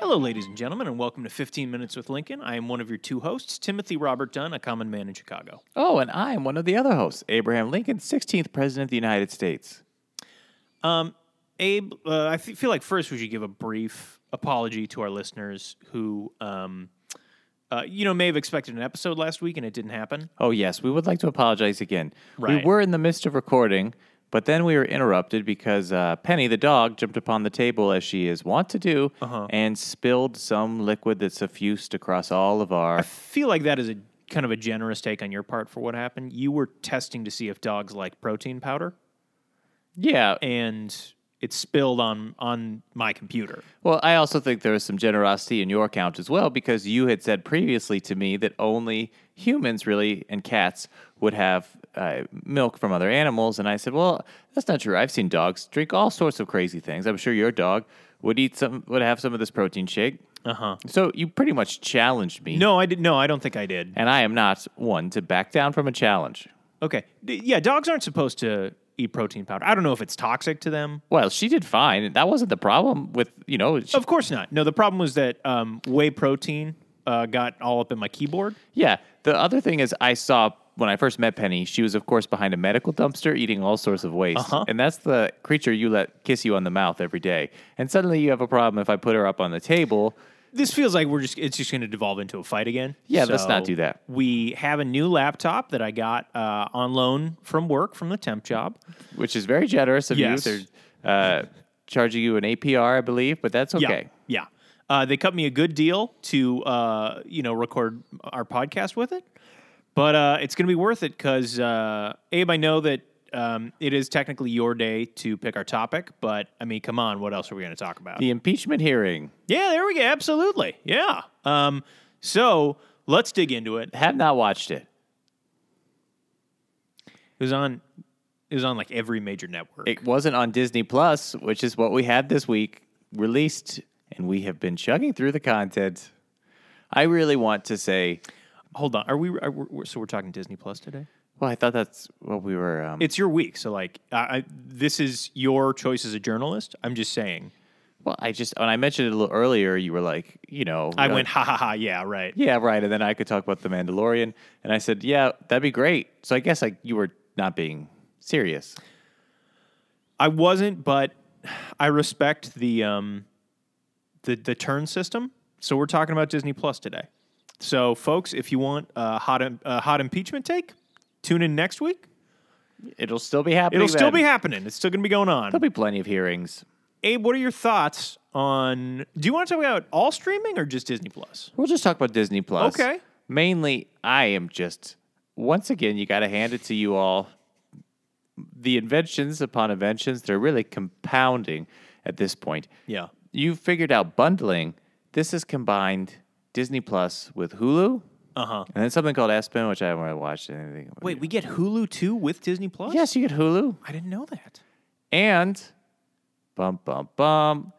Hello, ladies and gentlemen, and welcome to 15 Minutes with Lincoln. I am one of your two hosts, Timothy Robert Dunn, a common man in Chicago. Oh, and I am one of the other hosts, Abraham Lincoln, 16th President of the United States. Abe, uh, I fe- feel like first we should give a brief apology to our listeners who, um, uh, you know, may have expected an episode last week and it didn't happen. Oh, yes, we would like to apologize again. Right. We were in the midst of recording, but then we were interrupted because uh, Penny, the dog, jumped upon the table as she is wont to do Uh-huh. and spilled some liquid that suffused across all of our. I feel like that is a kind of a generous take on your part for what happened. You were testing to see if dogs like protein powder, yeah. and it spilled on on my computer. Well, I also think there was some generosity in your account as well because you had said previously to me that only humans really and cats would have uh, milk from other animals. And I said, well, that's not true. I've seen dogs drink all sorts of crazy things. I'm sure your dog would eat some, would have some of this protein shake. Uh huh. So you pretty much challenged me. No, I did. No, I don't think I did. And I am not one to back down from a challenge. Okay, D- yeah, dogs aren't supposed to eat protein powder. I don't know if it's toxic to them. Well, she did fine. That wasn't the problem with, you know, she, Of course not. No, the problem was that um, whey protein uh, got all up in my keyboard. Yeah. The other thing is, I saw when I first met Penny, she was, of course, behind a medical dumpster eating all sorts of waste. Uh-huh. And that's the creature you let kiss you on the mouth every day. And suddenly you have a problem if I put her up on the table. This feels like we're just—it's just going to devolve into a fight again. Yeah, let's not do that. We have a new laptop that I got uh, on loan from work from the temp job. which is very generous of Yes. you. They're uh, charging you an APR, I believe, but that's Yeah, okay. yeah. Uh, they cut me a good deal to uh, you know record our podcast with it, but uh, it's going to be worth it because uh, Abe, I know that. Um, it is technically your day to pick our topic, but I mean, come on, what else are we going to talk about? The impeachment hearing Yeah, there we go. Absolutely. Yeah. Um, so let's dig into it. It have not watched it. was on it was on like every major network. It wasn't on Disney Plus, which is what we had this week released, and we have been chugging through the content. I really want to say, Hold on. Are we, are we we're- so we're talking Disney Plus today? well, I thought that's what we were. Um, It's your week, so like I, I this is your choice as a journalist. I'm just saying. Well, I just when I mentioned it a little earlier, you were like, you know, I you're went like, ha ha ha. Yeah, right. yeah, right. And then I could talk about the Mandalorian, and I said, yeah, that'd be great. So I guess like you were not being serious. I wasn't, but I respect the um the the turn system. So we're talking about Disney Plus today. So folks, if you want a hot im- a hot impeachment take, tune in next week. It'll still be happening. It'll still then. be happening. It's still going to be going on. There'll be plenty of hearings. Abe, what are your thoughts on? Do you want to talk about all streaming or just Disney Plus? We'll just talk about Disney Plus. Okay. Mainly, I am just once again, you got to hand it to you all. The inventions upon inventions, they're really compounding at this point. Yeah. you figured out bundling. This is combined Disney Plus with Hulu. Uh huh. And then something called Espen, which I haven't really watched anything. with. Wait, we get Hulu too with Disney Plus? Yes, you get Hulu. I didn't know that. And bum bum bum.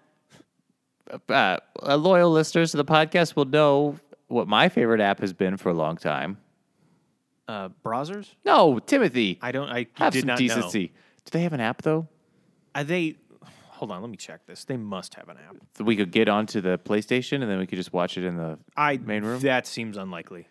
Uh, uh, loyal listeners to the podcast will know what my favorite app has been for a long time. Uh, browsers? No, Timothy, I don't. I have did some not decency. Do they have an app though know. Are they? Hold on. Let me check this. They must have an app. that we could get onto the PlayStation and then we could just watch it in the I main room? That seems unlikely.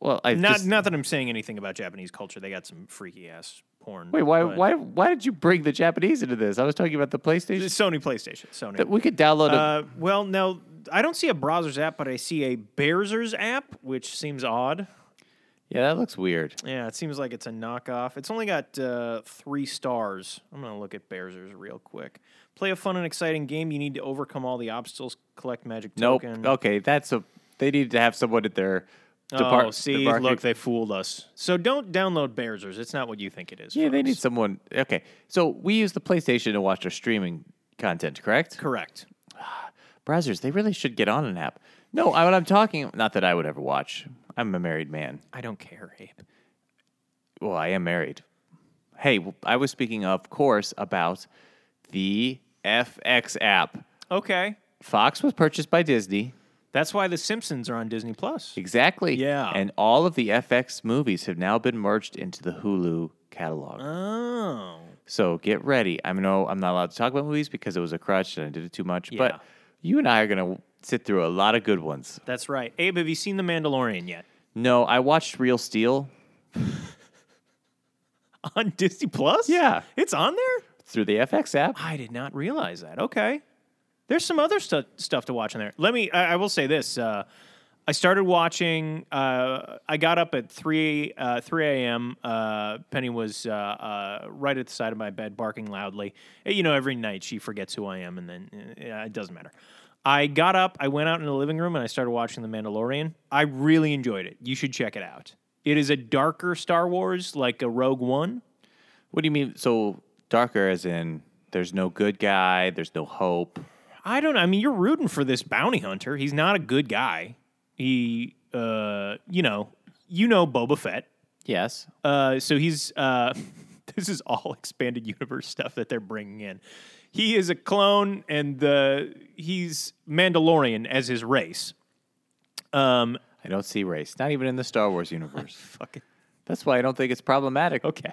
well, I Not just- not that I'm saying anything about Japanese culture. They got some freaky ass porn. wait. Why? but- Why? Why did you bring the Japanese into this? I was talking about the PlayStation. Sony PlayStation. Sony. That we could download a Uh, well, no, I don't see a browsers app, but I see a Bearsers app, which seems odd. yeah that looks weird Yeah, it seems like it's a knockoff. It's only got uh, three stars. I'm going to look at Bearsers real quick. Play a fun and exciting game. You need to overcome all the obstacles, collect magic nope token. okay that's a they need to have someone at their Oh, department see, look, they fooled us. So don't download Bearsers. It's not what you think it is. yeah they folks. need someone okay so we use the playstation to watch our streaming content correct Correct. browsers they really should get on an app no I, what i'm talking not that i would ever watch i'm a married man I don't care, Abe. well i am married hey w- i was speaking of course about the fx app Okay. fox was purchased by disney That's why The Simpsons are on Disney Plus. Exactly. Yeah. And all of the FX movies have now been merged into the Hulu catalog. Oh. So get ready. I know I'm not allowed to talk about movies because it was a crutch and I did it too much, Yeah. but you and I are going to sit through a lot of good ones. That's right. Abe, have you seen The Mandalorian yet? No, I watched Real Steel On Disney Plus? Yeah. It's on there? through the FX app. I did not realize that. Okay. There's some other stu- stuff to watch in there. Let me, I, I will say this. Uh, I started watching, uh, I got up at 3, uh, 3 a.m. Uh, Penny was uh, uh, right at the side of my bed barking loudly. Eh, You know, every night she forgets who I am and then eh, yeah, it doesn't matter. I got up, I went out in the living room and I started watching The Mandalorian. I really enjoyed it. You should check it out. It is a darker Star Wars, like a Rogue One. What do you mean? So darker, as in there's no good guy, there's no hope. I don't. I mean, you're rooting for this bounty hunter. He's not a good guy. He, uh, you know, you know Boba Fett. Yes. Uh, so he's. Uh, this is all expanded universe stuff that they're bringing in. He is a clone, and the he's Mandalorian as his race. Um, I don't see race, not even in the Star Wars universe. fucking That's why I don't think it's problematic. okay,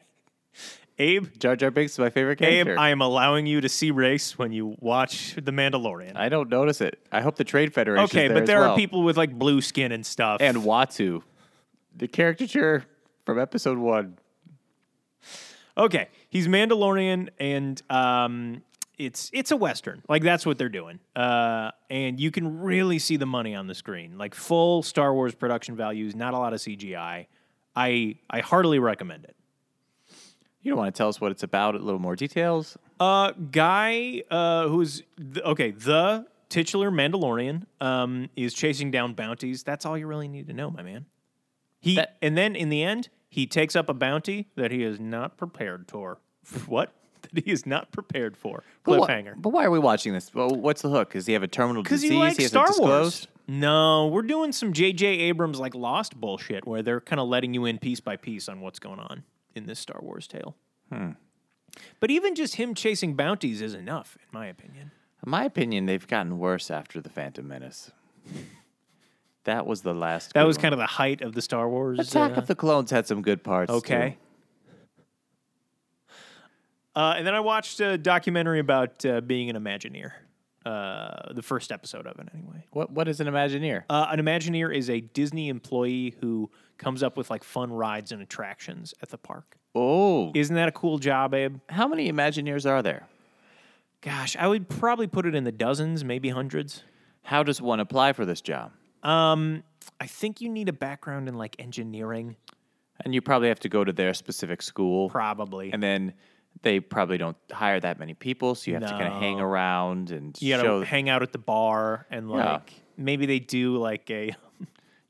Abe. Jar Jar Binks is my favorite Abe, character. I am allowing you to see race when you watch The Mandalorian. I don't notice it. I hope the Trade Federation. Okay, is there but as there well. are people with like blue skin and stuff. and Watu, the caricature from Episode One. Okay, he's Mandalorian, and um, it's it's a western. Like that's what they're doing, uh, and you can really see the money on the screen. Like full Star Wars production values, not a lot of CGI. I I heartily recommend it. You don't want to tell us what it's about. A little more details. Uh, guy uh, who's th- okay, the titular Mandalorian um, is chasing down bounties. That's all you really need to know, my man. He That- and then in the end, he takes up a bounty that he is not prepared for. What? That he is not prepared for. But wha- Cliffhanger. But why are we watching this? Well, what's the hook? Does he have a terminal Because disease? you like he Star hasn't Wars. disclosed? No, we're doing some J.J. Abrams like Lost bullshit where they're kind of letting you in piece by piece on what's going on in this Star Wars tale. Hmm. But even just him chasing bounties is enough, in my opinion. In my opinion, they've gotten worse after the Phantom Menace. that was the last. That was kind of the height of the Star Wars. Attack uh, of the Clones had some good parts. too. okay. Uh, and then I watched a documentary about uh, being an Imagineer. Uh, the first episode of it, anyway. What What is an Imagineer? Uh, an Imagineer is a Disney employee who comes up with like fun rides and attractions at the park. Oh, Isn't that a cool job, Abe? how many Imagineers are there? Gosh, I would probably put it in the dozens, maybe hundreds. How does one apply for this job? Um, I think you need a background in like engineering, And you probably have to go to their specific school. probably. and then they probably don't hire that many people, so you have to kind of hang around and you gotta show hang out at the bar and like maybe they do like a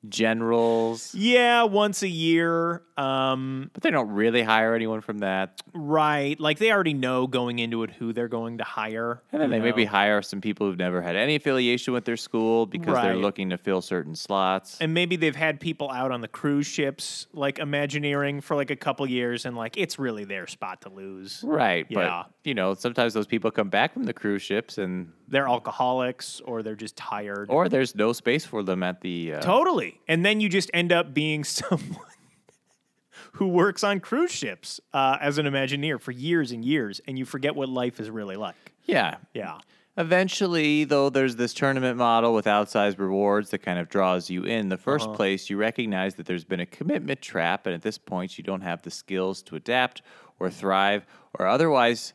generals, yeah once a year um but they don't really hire anyone from that. right like they already know going into it who they're going to hire And then you they know. maybe hire some people who've never had any affiliation with their school because they're Right. looking to fill certain slots. and maybe they've had people out on the cruise ships like imagineering for like a couple years and like it's really their spot to lose right, Yeah. but you know, sometimes those people come back from the cruise ships and they're alcoholics or they're just tired or there's no space for them at the uh, Totally. And then you just end up being someone who works on cruise ships uh, as an Imagineer for years and years, and you forget what life is really like. yeah. Yeah. Eventually, though, there's this tournament model with outsized rewards that kind of draws you in. The 1st Uh-huh. place, you recognize that there's been a commitment trap, and at this point, you don't have the skills to adapt or thrive or otherwise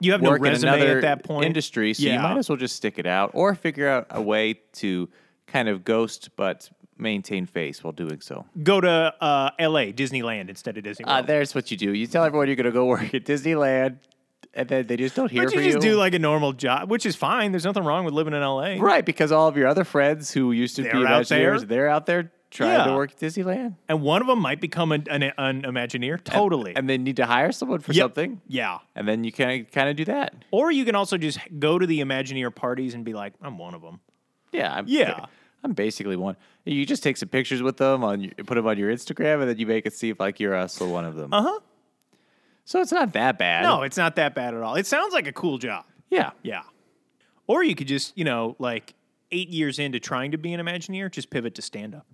You have work no in resume another at that point. industry. So you Yeah. might as well just stick it out or figure out a way to kind of ghost but maintain face while doing so. Go to uh, LA, Disneyland instead of Disney Uh, World. there's what you do. You tell everyone you're going to go work at Disneyland, and then they just don't hear but you from just do like a normal job, which is fine. There's nothing wrong with living in LA. Right, because all of your other friends who used to be They're out there. Imagineers, they're out there trying to Yeah. work at Disneyland, And one of them might become an, an, an Imagineer. Totally. and they need to hire someone for Yep. something, Yeah. and then you kind of kind of do that. Or you can also just go to the Imagineer parties and be like, I'm one of them. Yeah, I'm, Yeah. I'm basically one. You just take some pictures with them on, your, put them on your Instagram, and then you make it seem like you're also one of them. Uh Uh-huh. So it's not that bad. No, it's not that bad at all. It sounds like a cool job. Yeah. Yeah. Or you could just, you know, like eight years into trying to be an Imagineer, just pivot to stand up.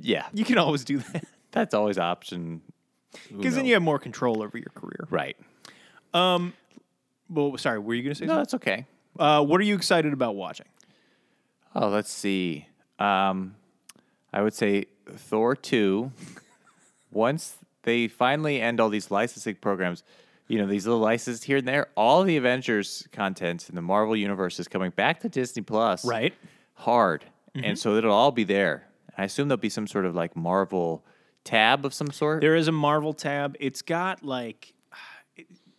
Yeah. You can always do that That's always option. Who because then knows? you have more control over your career. right. Well, sorry, were you going to say No, something? that's okay. Uh, what are you excited about watching? Oh, let's see. Um, I would say Thor 2. Once they finally end all these licensing programs, you know, these little licenses here and there, all the Avengers content in the Marvel Universe is coming back to Disney Plus. Right. Hard. And so it'll all be there. I assume there'll be some sort of like Marvel tab of some sort. There is a Marvel tab. It's got like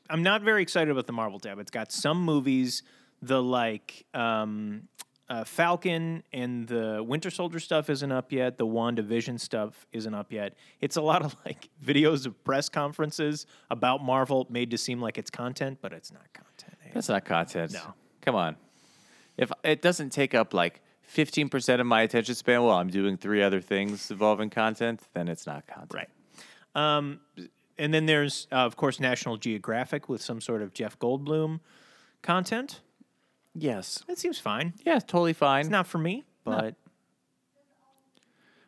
I'm not very excited about the Marvel tab. It's got some movies, the like um, uh, Falcon and the Winter Soldier stuff isn't up yet. The WandaVision stuff isn't up yet. It's a lot of like videos of press conferences about Marvel made to seem like it's content, but it's not content. That's not content. No. Come on. If it doesn't take up like 15% of my attention span while I'm doing three other things involving content, then it's not content. Right. Um, and then there's, uh, of course, National Geographic with some sort of Jeff Goldblum content. Yes. That seems fine. Yeah, it's totally fine. It's not for me, but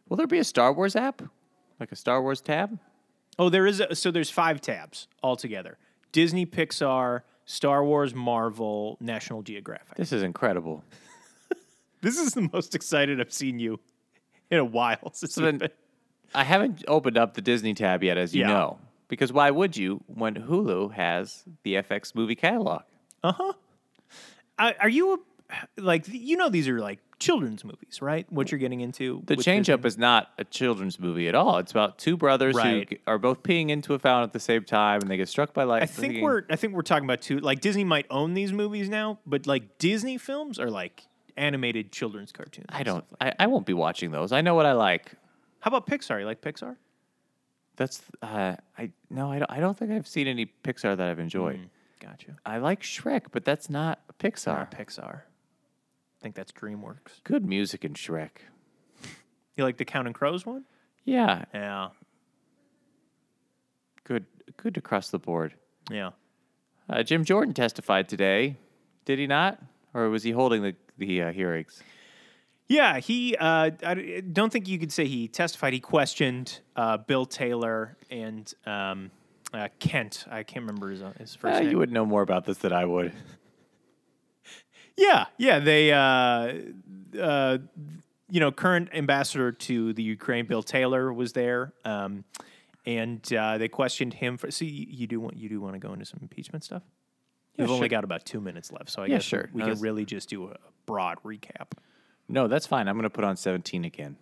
Will there be a Star Wars app? Like a Star Wars tab? Oh, there is a, so there's five tabs altogether: Disney, Pixar, Star Wars, Marvel, National Geographic. This is incredible. This is the most excited I've seen you in a while. Since So you've then- I haven't opened up the Disney tab yet, as you Yeah. know. Because why would you when Hulu has the FX movie catalog? been- Uh, are you a, like you know these are like children's movies, right? What you're getting into The with Change Up is not a children's movie at all. It's about two brothers Right. who g- are both peeing into a fountain at the same time and they get struck by light. I think we're I think we're talking about two like Disney might own these movies now, but like Disney films are like animated children's cartoons. I don't. I, I won't be watching those. I know what I like. How about Pixar? You like Pixar? That's. Uh, I no. I don't. I don't think I've seen any Pixar that I've enjoyed. Mm, Gotcha. I like Shrek, but that's not Pixar. Pixar. I think that's DreamWorks. Good music in Shrek. You like the Count and Crows one? Yeah. Yeah. Good. Good across the board. Yeah. Uh, Jim Jordan testified today. Did he not? Or was he holding the the uh, hearings? Yeah, he. Uh, I don't think you could say he testified. He questioned uh, Bill Taylor and um, uh, Kent. I can't remember his, his first Uh, name. you would know more about this than I would. Yeah, yeah. They, uh, uh, you know, current ambassador to the Ukraine, Bill Taylor, was there, um, and uh, they questioned him for. See, you, you do want you do want to go into some impeachment stuff. We've only sure. got about two minutes left, so I Yeah, guess sure. we No, can that's- really just do a broad recap. No, that's fine. I'm going to put on 17 again.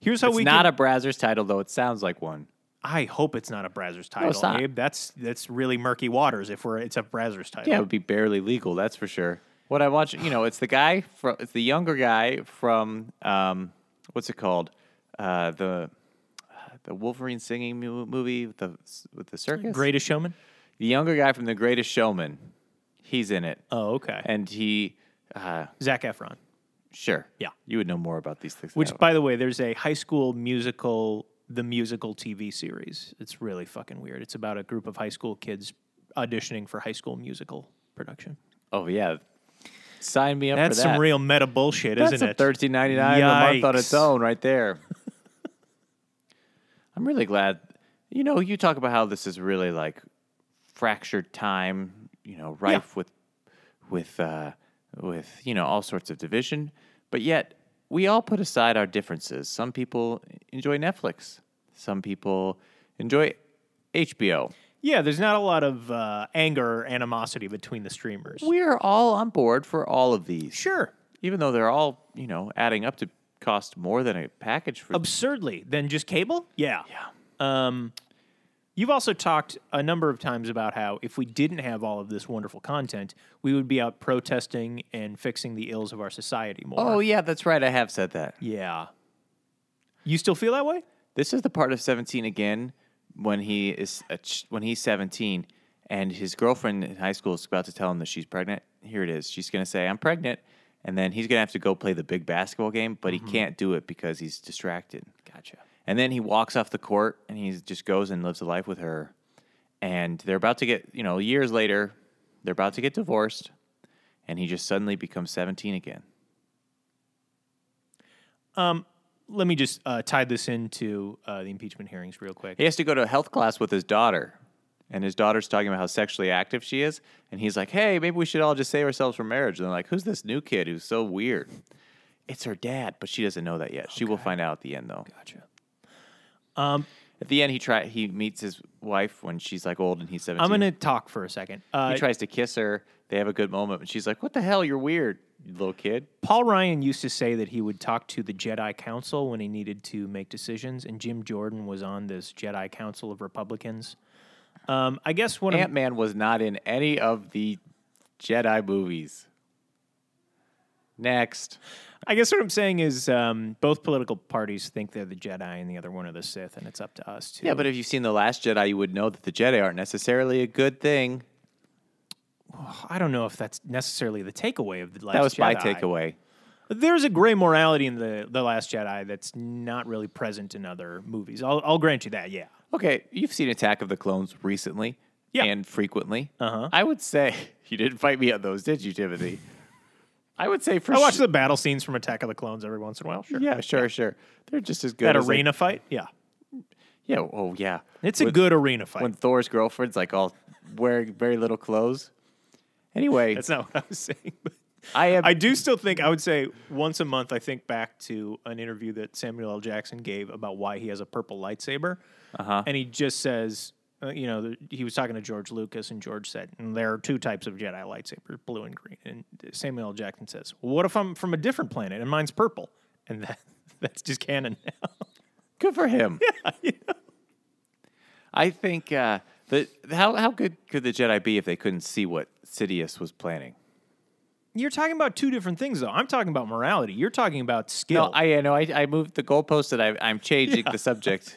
Here's how It's we not can, a Brazzers title though. It sounds like one. I hope it's not a Brazzers title, it's not. Abe. That's that's really murky waters if we're it's a Brazzers title. Yeah, it would be barely legal, that's for sure. What I watch, you know, it's the guy from, it's the younger guy from, um, what's it called, uh, the, uh, the Wolverine singing mu- movie with the with the circus. Greatest Showman. The younger guy from The Greatest Showman, he's in it, Oh, okay. and he, uh, Zach Efron. sure, Yeah. you would know more about these things. than I Which, would. by the way, there's a high school musical, the musical TV series. It's really fucking weird. It's about a group of high school kids auditioning for high school musical production. oh yeah, sign me up That's for that. some real meta bullshit, That's isn't a it? thirteen ninety nine a month on its Yikes. own, right there. I'm really glad. You know, you talk about how this is really like fractured time. You know, rife with with uh, with you know all sorts of division, but yet we all put aside our differences. Some people enjoy Netflix. Some people enjoy HBO. Yeah, there's not a lot of uh, anger or animosity between the streamers. We are all on board for all of these, sure. even though they're all you know adding up to cost more than a package for Absurdly. Then just cable? Yeah. Yeah. Um, you've also talked a number of times about how if we didn't have all of this wonderful content, we would be out protesting and fixing the ills of our society more. Oh yeah, that's right. I have said that. Yeah. You still feel that way? This is the part of Seventeen again when he is a ch- when he's seventeen and his girlfriend in high school is about to tell him that she's pregnant. Here it is. She's gonna say, "I'm pregnant," and then he's gonna have to go play the big basketball game, but he can't do it because he's distracted. Gotcha. And then he walks off the court and he just goes and lives a life with her. And they're about to get, you know, years later, they're about to get divorced, and he just suddenly becomes seventeen again. Let me just uh, tie this into uh, the impeachment hearings real quick. He has to go to a health class with his daughter. and his daughter's talking about how sexually active she is, and he's like, "Hey, maybe we should all just save ourselves from marriage." And they're like, "Who's this new kid who's so weird?" It's her dad, but she doesn't know that yet. She will find out at the end, though. Gotcha. At the end, he try he meets his wife when she's like old and he's seventeen. I'm going to talk for a second. Uh, He tries to kiss her. They have a good moment, and she's like, "What the hell? You're weird, you little kid." Paul Ryan used to say that he would talk to the Jedi Council when he needed to make decisions, and Jim Jordan was on this Jedi Council of Republicans. Um, I guess what Ant Man was not in any of the Jedi movies. Next, I'm, I guess what I'm saying is um, both political parties think they're the Jedi and the other one are the Sith, and it's up to us to. yeah, but if you've seen the Last Jedi, you would know that the Jedi aren't necessarily a good thing. I don't know if that's necessarily the takeaway of the last. That was my Jedi. takeaway. There's a gray morality in the the Last Jedi that's not really present in other movies. I'll, I'll grant you that. Yeah, Okay, you've seen Attack of the Clones recently, Yeah. and frequently. Uh-huh. I would say you didn't fight me on those, did you, Timothy? I would say for I watch su- the battle scenes from Attack of the Clones every once in a while. Sure, Yeah, sure, sure. They're just as good. that as like- arena fight. Yeah, yeah. Oh, yeah. it's a good arena fight. when Thor's girlfriend's like all wearing very little clothes. Anyway, That's not what I was saying. but- I am. I do still think I would say once a month I think back to an interview that Samuel L. Jackson gave about why he has a purple lightsaber, and he just says, uh, you know, th- he was talking to George Lucas, and George said, and there are two types of Jedi lightsabers, blue and green. And Samuel L. Jackson says, what if I'm from a different planet and mine's purple? And that that's just canon now. good for him. I think uh, that how how good could the Jedi be if they couldn't see what Sidious was planning? You're talking about two different things, though. I'm talking about morality. You're talking about skill. No, I I know I, I moved the goalpost and I, I'm changing the subject.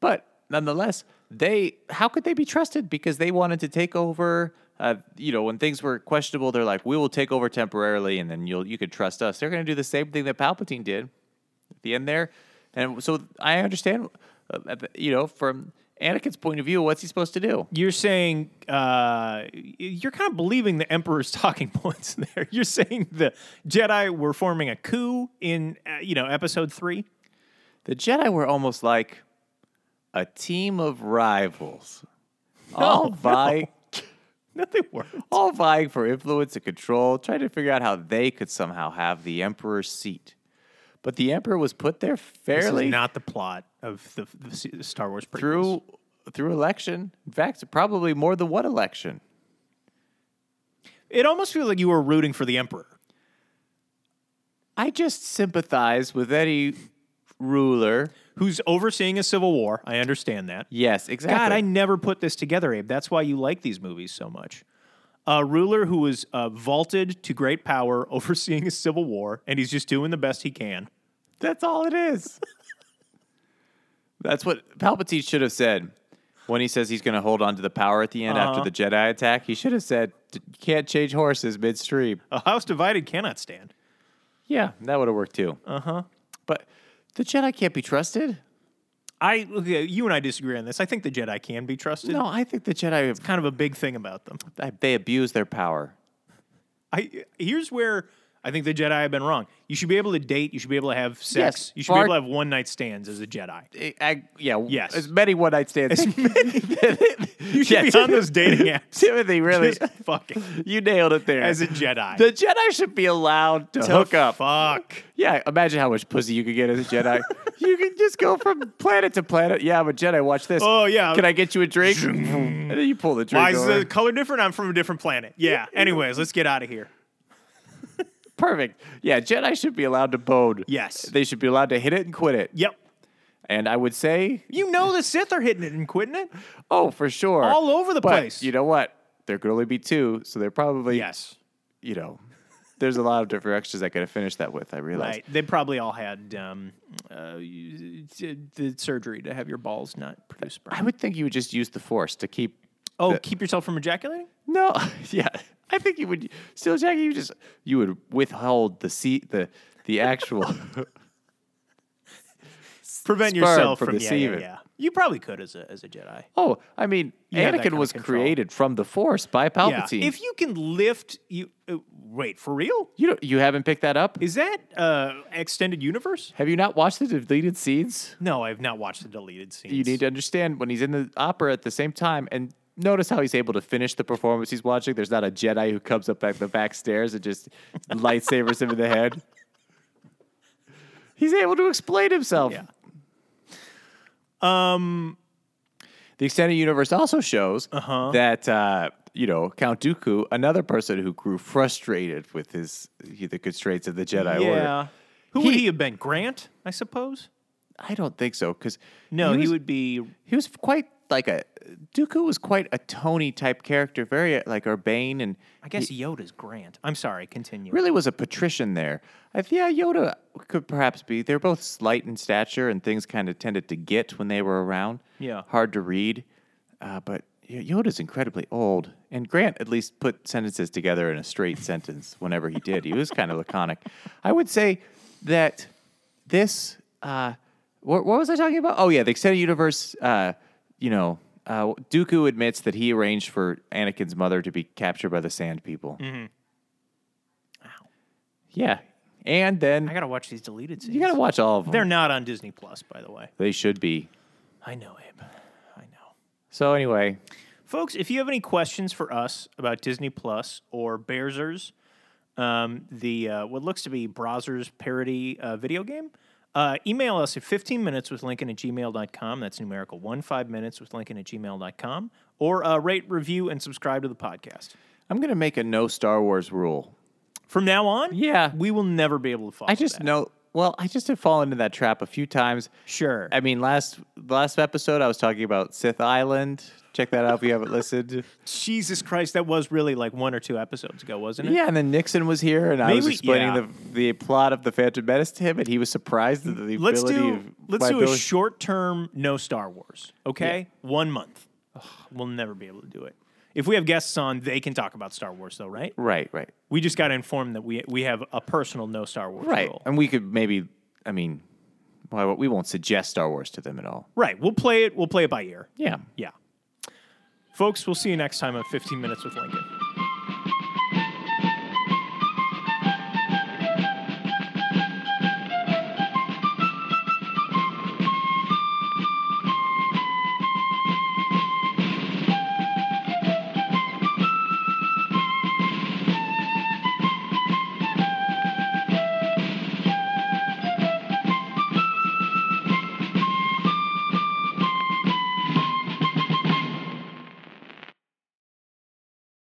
But nonetheless, they how could they be trusted? Because they wanted to take over. Uh, you know, when things were questionable, they're like, "We will take over temporarily, and then you'll you could trust us." They're going to do the same thing that Palpatine did at the end there, and so I understand. Uh, at the- you know, from Anakin's point of view, what's he supposed to do? you're saying uh, you're kind of believing the emperor's talking points there you're saying the jedi were forming a coup in uh, you know episode three The Jedi were almost like a team of rivals, all by. no they weren't all vying for influence and control, trying to figure out how they could somehow have the emperor's seat. But the emperor was put there this fairly is not the plot of the, the S- star wars prequels. through through election. In fact, probably more than one election. it almost feels like you were rooting for the emperor I just sympathize with any ruler. who's overseeing a civil war i understand that Yes, exactly. god i never put this together abe that's why you like these movies so much a ruler who was uh, vaulted to great power overseeing a civil war and he's just doing the best he can That's all it is. That's what Palpatine should have said when he says he's going to hold on to the power at the end Uh-huh. after the Jedi attack. He should have said, "You can't change horses midstream." a house divided cannot stand Yeah, that would have worked too. Uh huh. But the Jedi can't be trusted. I okay, you and I disagree on this. I think the Jedi can be trusted. No, I think the Jedi Kind of a big thing about them. they abuse their power. I here's where I think the Jedi have been wrong. You should be able to date. You should be able to have sex. Yes, you should far- be able to have one night stands as a Jedi. I, I- yeah, Yes. as many one night stands. You should be on those dating apps. Timothy, really, Just fucking you nailed it there. as a Jedi. the Jedi should be allowed to, hook up. Fuck. Yeah, imagine how much pussy you could get as a Jedi. you could just go from planet to planet. Yeah, I'm a Jedi. Watch this. Oh, yeah. Can I get you a drink? and then you pull the drink. Why is over. the color different? I'm from a different planet. Yeah. Anyways, let's get out of here. Perfect. Yeah, Jedi should be allowed to bone. Yes. They should be allowed to hit it and quit it. Yep. And I would say, You know the Sith are hitting it and quitting it. oh, for sure. All over the But place. You know what? There could only be two, so they're probably, Yes. you know, there's a lot of different extras I could have finished that with, I realized. Right. They probably all had um, uh, the surgery to have your balls not produce sperm. I would think you would just use the force to keep. Oh, keep yourself from ejaculating? No, yeah. I think you would still, Jackie. You just you would withhold the seat, the the actual Prevent sperm yourself from from, yeah, yeah, receiving. yeah. You probably could as a as a Jedi. Oh, I mean, You have that kind Anakin of was control. created from the Force by Palpatine. If you can lift you uh, wait, for real? you don't, you haven't picked that up, Is that uh extended universe? have you not watched the deleted scenes? No, I've not watched the deleted scenes. You need to understand when he's in the opera at the same time and. Notice how he's able to finish the performance he's watching. There's not a Jedi who comes up back the back stairs and just lightsabers him in the head. He's able to explain himself. Yeah. The extended universe also shows Uh-huh. that uh, you know Count Dooku, another person who grew frustrated with his the constraints of the Jedi Order. Yeah. Who would He- he have been? Grant, I suppose? I don't think so because No, he, was, would be He was quite like a Dooku was quite a Tony type character, very like urbane and I guess Yoda's Grant. I'm sorry, continue. really was a patrician there. I, th- yeah, Yoda could perhaps be. They're both slight in stature, and things kind of tended to get when they were around. Yeah. hard to read, uh, but Y- Yoda's incredibly old. And Grant at least put sentences together in a straight sentence whenever he did. He was kind of laconic. I would say that this. Uh, what, what was I talking about? Oh yeah, the extended universe. Uh, you know. Uh, Dooku admits that he arranged for Anakin's mother to be captured by the Sand People. Yeah. And then I gotta watch these deleted scenes. you got to watch all of them. They're not on Disney Plus, by the way. they should be. I know, Abe. I know. So anyway, Folks, if you have any questions for us about Disney Plus or Bearzers, um, the uh, what looks to be Browser's parody uh, video game, uh, email us at 15 minutes with Lincoln at gmail.com. That's numerical one, five minutes with Lincoln at gmail.com. Or uh, rate, review, and subscribe to the podcast. I'm going to make a no Star Wars rule. From now on, Yeah. we will never be able to follow I just that. know. Well, I just have fallen into that trap a few times. Sure. I mean, last last episode I was talking about Sith Island. Check that out if you haven't listened. Jesus Christ, that was really like one or two episodes ago, wasn't it? Yeah, and then Nixon was here, and I was Maybe- explaining yeah. the the plot of the Phantom Menace to him, and he was surprised at the Let's ability do of let's my do a ability- short term no Star Wars. Okay, one month. Ugh, we'll never be able to do it. If we have guests on, they can talk about Star Wars, though, right? right, right, We just got to inform that we we have a personal no Star Wars right, rule. and we could maybe. I mean, why we won't suggest Star Wars to them at all. Right. We'll play it. We'll play it by ear. Yeah. Yeah, folks. We'll see you next time on 15 Minutes with Lincoln.